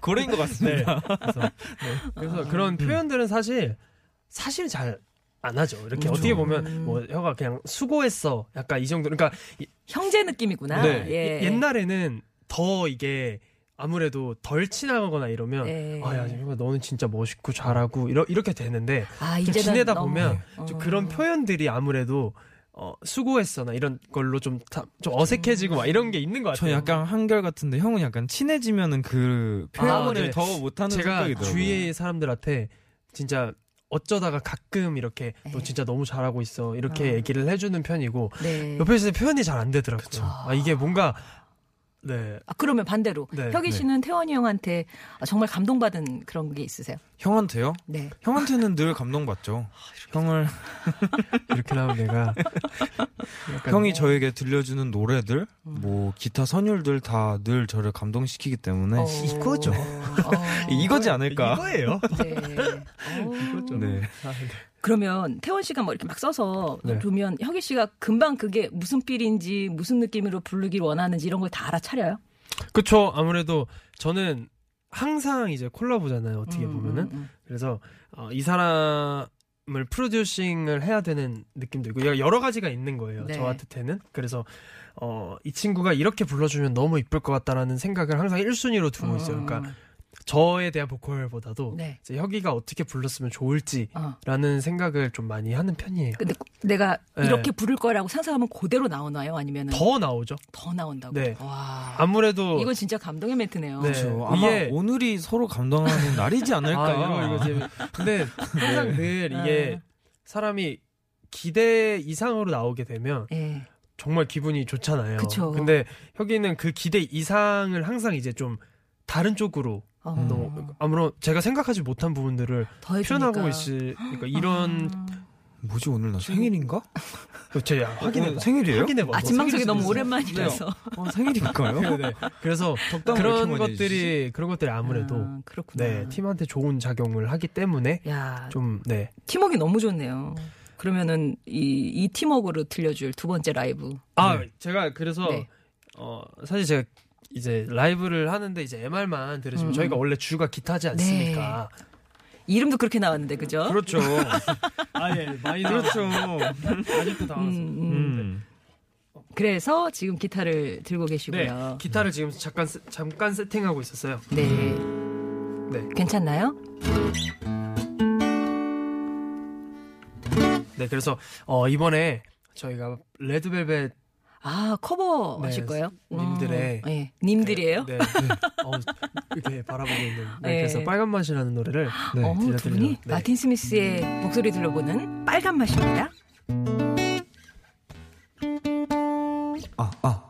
Speaker 4: 고래인 것
Speaker 3: 네.
Speaker 4: 같습니다.
Speaker 3: 그래서, 네.
Speaker 2: 아.
Speaker 3: 그래서
Speaker 4: 음.
Speaker 3: 그런 표현들은 사실 사실 잘. 안 하죠. 이렇게
Speaker 4: 그렇죠.
Speaker 3: 어떻게
Speaker 2: 음.
Speaker 3: 보면 뭐 혀가 그냥 수고했어. 약간 이 정도. 그러니까
Speaker 2: 형제 느낌이구나.
Speaker 4: 네.
Speaker 2: 예.
Speaker 3: 옛날에는 더 이게 아무래도 덜 친하거나 이러면
Speaker 2: 예.
Speaker 3: 아야 너는 진짜 멋있고 잘하고 이러, 이렇게 되는데
Speaker 2: 아,
Speaker 3: 좀
Speaker 2: 이제는
Speaker 3: 지내다
Speaker 2: 너무-
Speaker 3: 보면
Speaker 2: 네.
Speaker 3: 좀
Speaker 2: 어.
Speaker 3: 그런 표현들이 아무래도 어, 수고했어나 이런 걸로 좀, 다, 좀 어색해지고 막 이런 게 있는 것
Speaker 4: 저
Speaker 3: 같아요.
Speaker 4: 약간 한결 같은데 형은 약간 친해지면은 그 표현을
Speaker 3: 네.
Speaker 4: 더 못하는
Speaker 3: 제가
Speaker 4: 성격이더라고요.
Speaker 3: 주위의 사람들한테 진짜 어쩌다가 가끔 이렇게 너
Speaker 2: 네.
Speaker 3: 진짜 너무 잘하고 있어 이렇게
Speaker 2: 아.
Speaker 3: 얘기를 해주는 편이고
Speaker 2: 네.
Speaker 3: 옆에 있을 때 표현이 잘 안 되더라고요. 아, 이게 뭔가 네
Speaker 2: 아, 그러면 반대로
Speaker 3: 네.
Speaker 2: 혁이
Speaker 4: 네.
Speaker 2: 씨는 태원이 형한테 아, 정말 감동받은 그런 게 있으세요?
Speaker 4: 형한테요?
Speaker 2: 네.
Speaker 4: 형한테는 늘 감동받죠. 형을
Speaker 3: 이렇게 나오면 내가 약간
Speaker 4: 형이 저에게 들려주는 노래들, 뭐 기타 선율들 다 늘 저를 감동시키기
Speaker 2: 어.
Speaker 4: 때문에
Speaker 3: 네, 이거죠.
Speaker 4: 이거지 않을까.
Speaker 3: 이거예요.
Speaker 2: 네. 어.
Speaker 4: 네.
Speaker 3: 아, 네.
Speaker 2: 그러면 태원 씨가 뭐 이렇게 막 써서
Speaker 3: 네.
Speaker 2: 그러면 혁이 씨가 금방 그게 무슨 필인지 무슨 느낌으로 부르길 원하는지 이런 걸 다 알아차려요?
Speaker 3: 그쵸. 아무래도 저는 항상 이제 콜라보잖아요. 어떻게
Speaker 2: 음,
Speaker 3: 보면은.
Speaker 2: 음, 음.
Speaker 3: 그래서 어, 이 사람을 프로듀싱을 해야 되는 느낌도 있고 여러 가지가 있는 거예요.
Speaker 2: 네.
Speaker 3: 저한테는. 그래서 어, 이 친구가 이렇게 불러주면 너무 이쁠 것 같다라는 생각을 항상 1순위로
Speaker 2: 음.
Speaker 3: 두고 있어요. 그러니까 저에 대한 보컬보다도
Speaker 2: 네.
Speaker 3: 이제 혁이가 어떻게 불렀으면 좋을지라는
Speaker 2: 어.
Speaker 3: 생각을 좀 많이 하는 편이에요.
Speaker 2: 근데 고- 내가
Speaker 3: 네.
Speaker 2: 이렇게 부를 거라고 상상하면 그대로 나오나요? 아니면 더,
Speaker 3: 더 나오죠.
Speaker 2: 더 나온다고?
Speaker 3: 네.
Speaker 2: 와.
Speaker 3: 아무래도
Speaker 2: 이건 진짜 감동의 멘트네요.
Speaker 3: 네.
Speaker 4: 그렇죠. 아마
Speaker 3: 이게-
Speaker 4: 오늘이 서로 감동하는 날이지 않을까.
Speaker 3: 아, 이거, 이거 지금. 근데 항상 늘
Speaker 2: 네.
Speaker 3: 이게 사람이 기대 이상으로 나오게 되면
Speaker 2: 예.
Speaker 3: 정말 기분이 좋잖아요.
Speaker 2: 그쵸.
Speaker 3: 근데 혁이는 그 기대 이상을 항상 이제 좀 다른 쪽으로
Speaker 2: 어.
Speaker 3: 음. 너무 아무런 제가 생각하지 못한 부분들을
Speaker 2: 더 해주니까.
Speaker 3: 표현하고 있으니까 이런
Speaker 2: 아.
Speaker 4: 뭐지 오늘 나 생일인가?
Speaker 3: 제가 확인해
Speaker 4: 오늘 어, 생일이에요?
Speaker 3: 확인해봐.
Speaker 2: 아침 방송이 너무 오랜만이라서.
Speaker 3: 네.
Speaker 4: 어, 생일인가요?
Speaker 3: 네네. 그래서
Speaker 4: 왜 이렇게
Speaker 3: 그런
Speaker 4: 많이
Speaker 3: 것들이 그런 것들이 아무래도
Speaker 2: 아, 그렇구나.
Speaker 3: 네 팀한테 좋은 작용을 하기 때문에
Speaker 2: 야,
Speaker 3: 좀네
Speaker 2: 팀워크 너무 좋네요. 그러면은 이, 이 팀워크로 들려줄 두 번째 라이브.
Speaker 3: 아, 제가 그래서
Speaker 2: 네.
Speaker 3: 어 사실 제가 이제 라이브를 하는데 이제 MR만 들으시면
Speaker 2: 음.
Speaker 3: 저희가 원래 주가 기타지 않습니까?
Speaker 2: 이름도 그렇게 나왔는데 그죠?
Speaker 4: 그렇죠.
Speaker 3: 아 예, 많이
Speaker 4: 그렇죠.
Speaker 3: 아직도
Speaker 2: 음,
Speaker 3: 당황스러워요.
Speaker 2: 음.
Speaker 4: 음.
Speaker 2: 그래서 지금 기타를 들고
Speaker 3: 네,
Speaker 2: 계시고요.
Speaker 3: 기타를 지금 잠깐 세- 잠깐 세팅하고 있었어요.
Speaker 2: 네.
Speaker 3: 네.
Speaker 2: 괜찮나요?
Speaker 3: 네, 그래서 어 이번에 저희가 레드벨벳
Speaker 2: 아 커버
Speaker 3: 네,
Speaker 2: 하실 거예요?
Speaker 3: 님들의-
Speaker 2: 음, 예, 님들이에요?
Speaker 3: 네, 네. 어, 이렇게 바라보고 있는. 네,
Speaker 2: 네.
Speaker 3: 그래서 빨간 맛이라는 노래를 네,
Speaker 2: 어, 두
Speaker 3: 들려드리려고.
Speaker 2: 분이
Speaker 3: 네.
Speaker 2: 마틴 스미스의 목소리 들어보는 빨간 맛입니다.
Speaker 4: 아, 아.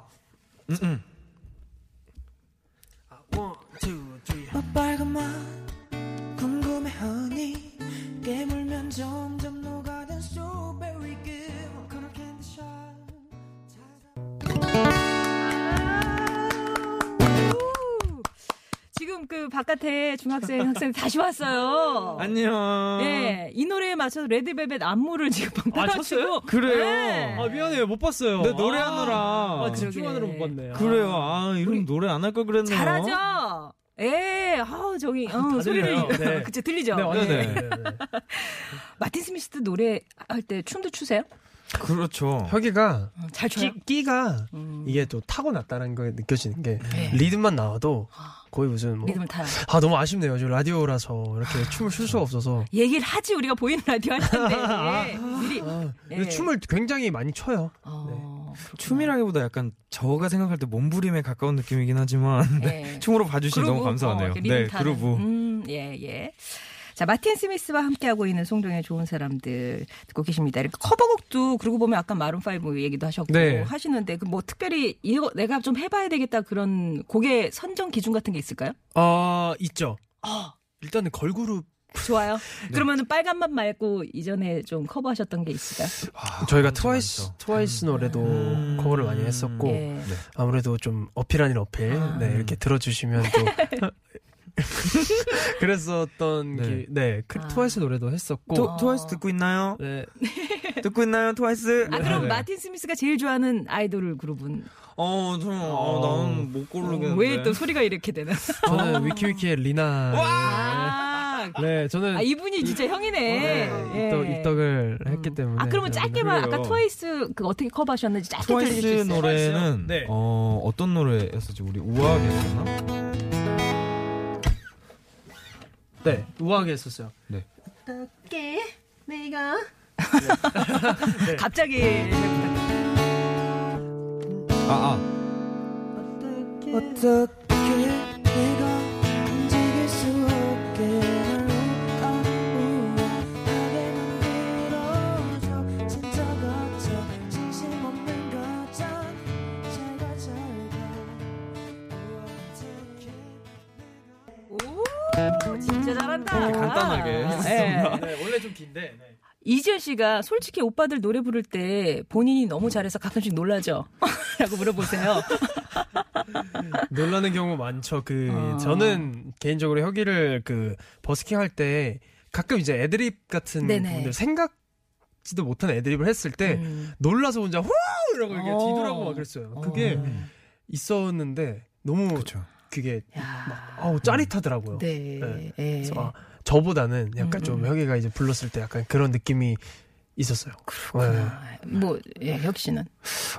Speaker 4: 음, 음.
Speaker 3: One, two, three.
Speaker 5: 뭐 빨간 맛 궁금해하니 깨물면 점점 녹아든 스트로베리 그 코너 캔디샵
Speaker 2: 우! 지금 그 바깥에 중학생 학생 다시 왔어요.
Speaker 4: 안녕.
Speaker 2: 네, 이 노래에 맞춰서 레드벨벳 안무를 지금
Speaker 3: 아,
Speaker 2: 따라줘요.
Speaker 4: 그래요.
Speaker 2: 네.
Speaker 3: 아 미안해요, 못 봤어요.
Speaker 4: 내 네, 노래하느라.
Speaker 3: 아, 아
Speaker 2: 그러게.
Speaker 3: 집중하느라 못 봤네요.
Speaker 4: 그래요. 아, 이런 노래 안 할 걸 그랬네요.
Speaker 2: 잘하죠. 예, 아 저기 어,
Speaker 3: 다
Speaker 2: 소리를
Speaker 3: 들려요. 네.
Speaker 2: 그쵸 들리죠.
Speaker 3: 네, 완전
Speaker 4: 네네.
Speaker 3: 네, 네,
Speaker 2: 아,
Speaker 3: 네.
Speaker 2: 마틴 스미스도 노래 할 때 춤도 추세요?
Speaker 4: 그렇죠.
Speaker 3: 혁이가
Speaker 2: 어, 잘 춰요.
Speaker 3: 끼, 끼가
Speaker 2: 음.
Speaker 3: 이게 또 타고났다는 게 느껴지는 게
Speaker 2: 네. 아.
Speaker 3: 리듬만 나와도 거의 무슨 뭐
Speaker 2: 리듬을 아. 타요.
Speaker 3: 아 너무 아쉽네요. 저 라디오라서 이렇게 춤을 출 수가 없어서
Speaker 2: 얘기를 하지 우리가 보이는 라디오 하는데 미리
Speaker 3: 아,
Speaker 2: 예.
Speaker 3: 근데 춤을 네. 굉장히 많이 춰요.
Speaker 2: 어,
Speaker 4: 춤이라기보다 약간 저가 생각할 때 몸부림에 가까운 느낌이긴 하지만
Speaker 2: 네.
Speaker 4: 춤으로 봐주시니 너무
Speaker 2: 그루브,
Speaker 4: 감사하네요.
Speaker 2: 어, 리듬
Speaker 4: 네,
Speaker 2: 타는.
Speaker 4: 그루브.
Speaker 2: 음, 예, 예. 자, 마틴 스미스와 함께하고 있는 송정의 좋은 사람들 듣고 계십니다. 이렇게 커버곡도 그러고 보면 아까 마룬5 얘기도 하셨고
Speaker 3: 네.
Speaker 2: 하시는데 그 뭐 특별히 이거 내가 좀 해봐야 되겠다 그런 곡의 선정 기준 같은 게 있을까요?
Speaker 3: 아 있죠. 일단은 걸그룹
Speaker 2: 좋아요.
Speaker 4: 네.
Speaker 2: 그러면은 빨간 맛 말고 이전에 좀 커버하셨던 게 있을까요?
Speaker 3: 저희가
Speaker 4: 그렇죠,
Speaker 3: 트와이스
Speaker 4: 그렇죠.
Speaker 3: 트와이스 노래도
Speaker 4: 음.
Speaker 3: 커버를 많이 했었고
Speaker 2: 예.
Speaker 3: 아무래도 좀 어필 아닌 어필
Speaker 2: 아.
Speaker 3: 네 이렇게 들어주시면 또 그랬었던
Speaker 4: 네.
Speaker 3: 기- 네 그-
Speaker 2: 아.
Speaker 3: 트와이스 노래도 했었고
Speaker 4: 토,
Speaker 2: 어.
Speaker 4: 트와이스 듣고 있나요?
Speaker 3: 네
Speaker 4: 듣고 있나요, 트와이스?
Speaker 2: 아 그럼
Speaker 3: 네.
Speaker 2: 마틴 스미스가 제일 좋아하는 아이돌 그룹은
Speaker 4: 어, 좀, 어, 난못 고르겠는데.
Speaker 2: 왜 또 소리가 이렇게 되나?
Speaker 3: 저는 위키위키의 리나
Speaker 2: 아,
Speaker 3: 네 저는
Speaker 2: 아, 이분이 진짜 형이네.
Speaker 3: 네,
Speaker 2: 예.
Speaker 3: 입덕, 입덕을 했기
Speaker 2: 음.
Speaker 3: 때문에
Speaker 2: 아 그러면
Speaker 3: 네,
Speaker 2: 짧게만
Speaker 4: 그래요.
Speaker 2: 아까 트와이스 그 어떻게 커버하셨는지 짧게 들려줄 수
Speaker 4: 트와이스
Speaker 2: 있어요?
Speaker 4: 노래는
Speaker 3: 네.
Speaker 4: 어, 어떤 노래였었지? 우리 우아하게였나?
Speaker 3: 네 우아하게 했었어요
Speaker 4: 네.
Speaker 2: 갑자기
Speaker 4: 아, 아.
Speaker 5: 어떻게 내가 움직일 수 없게 말로 아우하게 만들어줘 진짜 같아 진심 없는 가장 제가 잘가
Speaker 2: 오 진짜 잘한다.
Speaker 4: 이렇게 네, 간단하게 했습니다.
Speaker 2: 예.
Speaker 3: 네 원래 좀 긴데
Speaker 2: 이지현 씨가 솔직히 오빠들 노래 부를 때 본인이 너무 잘해서 가끔씩 놀라죠? 라고 물어보세요.
Speaker 3: 놀라는 경우 많죠 그
Speaker 2: 아.
Speaker 3: 저는 개인적으로 혁이를 그 버스킹 할 때 가끔 이제 애드립 같은
Speaker 2: 네네.
Speaker 3: 분들 생각지도 못한 애드립을 했을 때
Speaker 4: 네.
Speaker 2: 음.
Speaker 3: 놀라서 혼자 후 이러고 이렇게
Speaker 2: 어.
Speaker 3: 뒤돌아보고 막 그랬어요. 그게 있었는데 너무
Speaker 4: 그쵸.
Speaker 3: 그게
Speaker 2: 야.
Speaker 3: 아우
Speaker 4: 어.
Speaker 3: 짜릿하더라고요.
Speaker 2: 네.
Speaker 3: 네.
Speaker 2: 예.
Speaker 3: 그래서 아, 저보다는 약간 좀 혁이가 이제 불렀을 때 약간 그런 느낌이 있었어요. 네.
Speaker 2: 아, 뭐 예, 역시는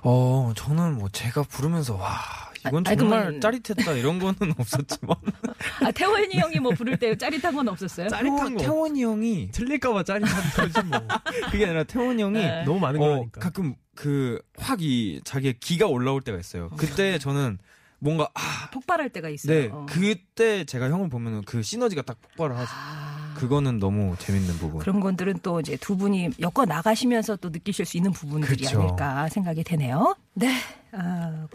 Speaker 4: 어, 저는 뭐 제가 부르면서 와, 이건
Speaker 2: 아, 아니,
Speaker 4: 정말
Speaker 2: 그러면-
Speaker 4: 짜릿했다 이런 거는 없었지만.
Speaker 2: 아 태원이 형이 뭐 부를 때 짜릿한 건 없었어요?
Speaker 3: 짜릿한 거
Speaker 4: 태원이 형이
Speaker 3: 틀릴까봐 짜릿한 거지 뭐. 네,
Speaker 4: 그게 아니라 태원이 형이
Speaker 3: 너무 많은
Speaker 4: 어,
Speaker 3: 거니까.
Speaker 4: 가끔 그 확 이 자기의 기가 올라올 때가 있어요. 그때 저는 뭔가 아,
Speaker 2: 폭발할 때가 있어요.
Speaker 4: 네
Speaker 2: 어.
Speaker 4: 그때 제가 형을 보면은 그 시너지가 딱 폭발을 하죠.
Speaker 2: 아.
Speaker 4: 그거는 너무 재밌는 부분.
Speaker 2: 그런 건들은 또 이제 두 분이 엮어 나가시면서 또 느끼실 수 있는 부분들이
Speaker 4: 그쵸.
Speaker 2: 아닐까 생각이 되네요. 네. 아,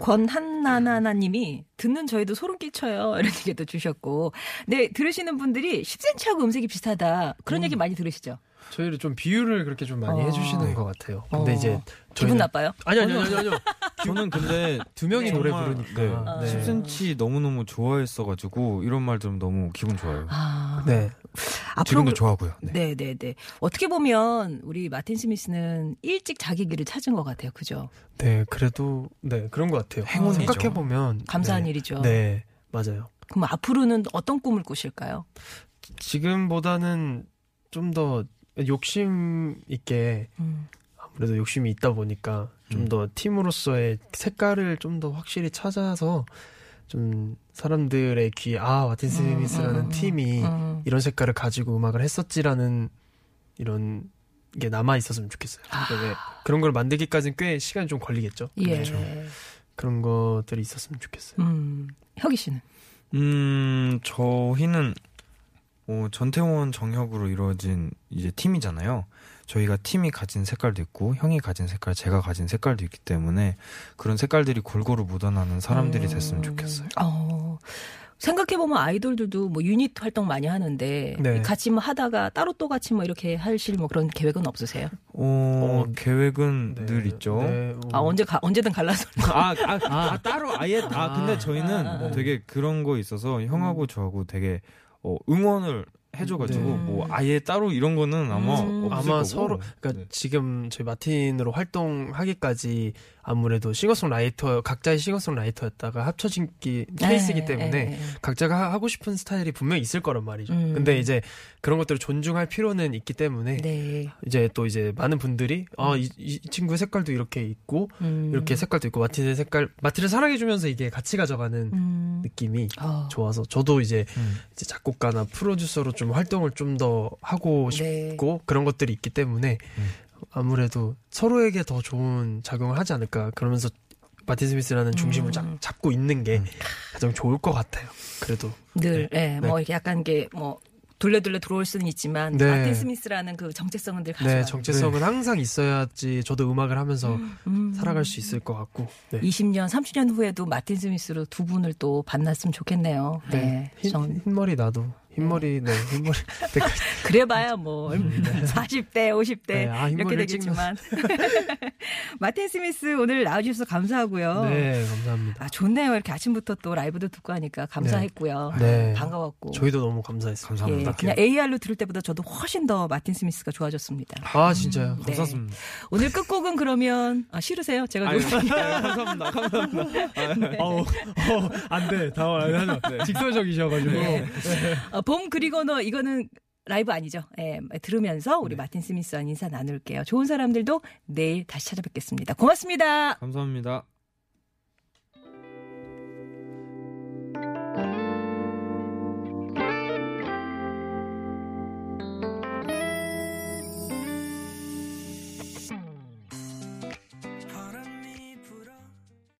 Speaker 2: 권한나나나님이 듣는 저희도 소름 끼쳐요. 이런 얘기도 주셨고. 네, 들으시는 분들이 10cm하고 음색이 비슷하다. 그런 얘기 많이 들으시죠?
Speaker 3: 저희를 좀 비유를 그렇게 좀 많이
Speaker 2: 어.
Speaker 3: 해주시는 것 같아요. 근데
Speaker 2: 어.
Speaker 3: 이제
Speaker 2: 기분
Speaker 3: 저희는-
Speaker 2: 나빠요?
Speaker 3: 아니 아니 아니 아니요.
Speaker 4: 저는 근데
Speaker 3: 두 명이 노래
Speaker 4: 네. 정말,
Speaker 3: 부르니까.
Speaker 4: 네,
Speaker 3: 네.
Speaker 4: 10cm 너무너무 좋아했어가지고 이런 말 들으면 너무 기분 좋아요.
Speaker 2: 아,
Speaker 3: 네.
Speaker 2: 앞으로
Speaker 4: 지금도
Speaker 2: 그-
Speaker 4: 좋아하고요. 네.
Speaker 2: 네, 네, 네. 어떻게 보면 우리 마틴 스미스는 일찍 자기 길을 찾은 것 같아요. 그죠?
Speaker 3: 네, 그래도 네 그런 것 같아요.
Speaker 4: 행운이죠.
Speaker 3: 생각해 보면
Speaker 2: 감사한
Speaker 3: 네.
Speaker 2: 일이죠.
Speaker 3: 네, 맞아요.
Speaker 2: 그럼 앞으로는 어떤 꿈을 꾸실까요?
Speaker 3: 지금보다는 좀 더 욕심 있게
Speaker 2: 음.
Speaker 3: 아무래도 욕심이 있다 보니까 좀
Speaker 4: 음.
Speaker 3: 더 팀으로서의 색깔을 좀 더 확실히 찾아서 좀 사람들의 귀에 아 마틴 스미스라는
Speaker 2: 음,
Speaker 3: 팀이
Speaker 2: 음.
Speaker 3: 이런 색깔을 가지고 음악을 했었지라는 이런 게 남아 있었으면 좋겠어요. 근데 왜 그런 걸 만들기까지는 꽤 시간이 좀 걸리겠죠.
Speaker 2: 아. 예.
Speaker 3: 그런 것들이 있었으면 좋겠어요.
Speaker 2: 음. 혁이 씨는?
Speaker 4: 음, 저희는 어, 전태원 정혁으로 이루어진 이제 팀이잖아요. 저희가 팀이 가진 색깔도 있고 형이 가진 색깔, 제가 가진 색깔도 있기 때문에 그런 색깔들이 골고루 묻어나는 사람들이 됐으면 좋겠어요.
Speaker 2: 어, 생각해보면 아이돌들도 뭐 유닛 활동 많이 하는데
Speaker 3: 네.
Speaker 2: 같이 뭐 하다가 따로 또 같이 뭐 이렇게 하실 뭐 그런 계획은 없으세요?
Speaker 4: 어,
Speaker 3: 어,
Speaker 4: 계획은
Speaker 3: 네,
Speaker 4: 늘 있죠.
Speaker 3: 네, 뭐,
Speaker 2: 아 언제 가, 언제든 갈라서
Speaker 4: 아, 아, 아, 따로 아예 아 음. 근데 저희는
Speaker 2: 아, 아, 아.
Speaker 4: 되게 그런 거 있어서 형하고 저하고 되게 어, 응원을 해줘가지고
Speaker 3: 네.
Speaker 4: 뭐 아예 따로 이런 거는 아마
Speaker 2: 음.
Speaker 4: 없을
Speaker 3: 아마
Speaker 4: 거고.
Speaker 3: 서로 그러니까
Speaker 4: 네.
Speaker 3: 지금 저희 마틴으로 활동하기까지 아무래도 싱어송라이터 각자의 싱어송라이터였다가 합쳐진 기, 케이스이기 때문에
Speaker 2: 네.
Speaker 3: 각자가 하- 하고 싶은 스타일이 분명히 있을 거란 말이죠.
Speaker 2: 음.
Speaker 3: 근데 이제 그런 것들을 존중할 필요는 있기 때문에
Speaker 2: 네.
Speaker 3: 이제 또 이제 많은 분들이 아, 이, 이 친구의 색깔도 이렇게 있고
Speaker 2: 음.
Speaker 3: 이렇게 색깔도 있고 마틴의 색깔 마틴을 사랑해주면서 이게 같이 가져가는
Speaker 2: 음.
Speaker 3: 느낌이
Speaker 2: 어.
Speaker 3: 좋아서 저도 이제,
Speaker 4: 음.
Speaker 3: 이제 작곡가나 프로듀서로 좀 활동을 좀 더 하고
Speaker 2: 네.
Speaker 3: 싶고 그런 것들이 있기 때문에
Speaker 4: 음.
Speaker 3: 아무래도 서로에게 더 좋은 작용을 하지 않을까 그러면서 마틴 스미스라는 중심을 쫙 잡고 있는 게 가장 좋을 것 같아요. 그래도
Speaker 2: 늘, 예,
Speaker 3: 네.
Speaker 2: 뭐, 이렇게 약간 게, 뭐, 둘레둘레 들어올 수는 있지만,
Speaker 3: 네.
Speaker 2: 마틴 스미스라는 그 정체성은 늘 가져와.
Speaker 3: 네 정체성은 항상 있어야지 저도 음악을 하면서 살아갈 수 있을 것 같고 네.
Speaker 2: 20년, 30년 후에도 마틴 스미스로 두 분을 또 만났으면 좋겠네요. 네.
Speaker 3: 흰,
Speaker 2: 정-
Speaker 3: 흰머리 나도 흰머리 네 흰머리 네,
Speaker 2: 그래봐야 뭐 40대, 50대
Speaker 3: 음. 네, 아,
Speaker 2: 이렇게
Speaker 3: 흰머리를
Speaker 2: 되겠지만 마틴 스미스 오늘 나와주셔서 감사하고요.
Speaker 3: 네 감사합니다.
Speaker 2: 아 좋네요. 이렇게 아침부터 또 라이브도 듣고 하니까 감사했고요.
Speaker 3: 네.
Speaker 2: 반가웠고.
Speaker 3: 저희도 너무
Speaker 2: 예,
Speaker 3: 감사했어요.
Speaker 4: 감사합니다.
Speaker 2: 그냥 AR로 들을 때보다 저도 훨씬 더 마틴 스미스가 좋아졌습니다.
Speaker 3: 아 진짜요.
Speaker 2: 네.
Speaker 4: 감사합니다.
Speaker 2: 오늘 끝곡은 그러면 아, 싫으세요? 제가
Speaker 4: 아유,
Speaker 2: 노래-
Speaker 4: 아유, 네. 감사합니다. 감사합니다. 아유.
Speaker 3: 어우 안돼 당황하죠. 네. 직설적이셔가지고
Speaker 2: 어, 봄 그리고 너 이거는 라이브 아니죠? 예, 들으면서
Speaker 3: 네.
Speaker 2: 우리 마틴 스미스와 인사 나눌게요. 좋은 사람들도 내일 다시 찾아뵙겠습니다. 고맙습니다.
Speaker 4: 감사합니다.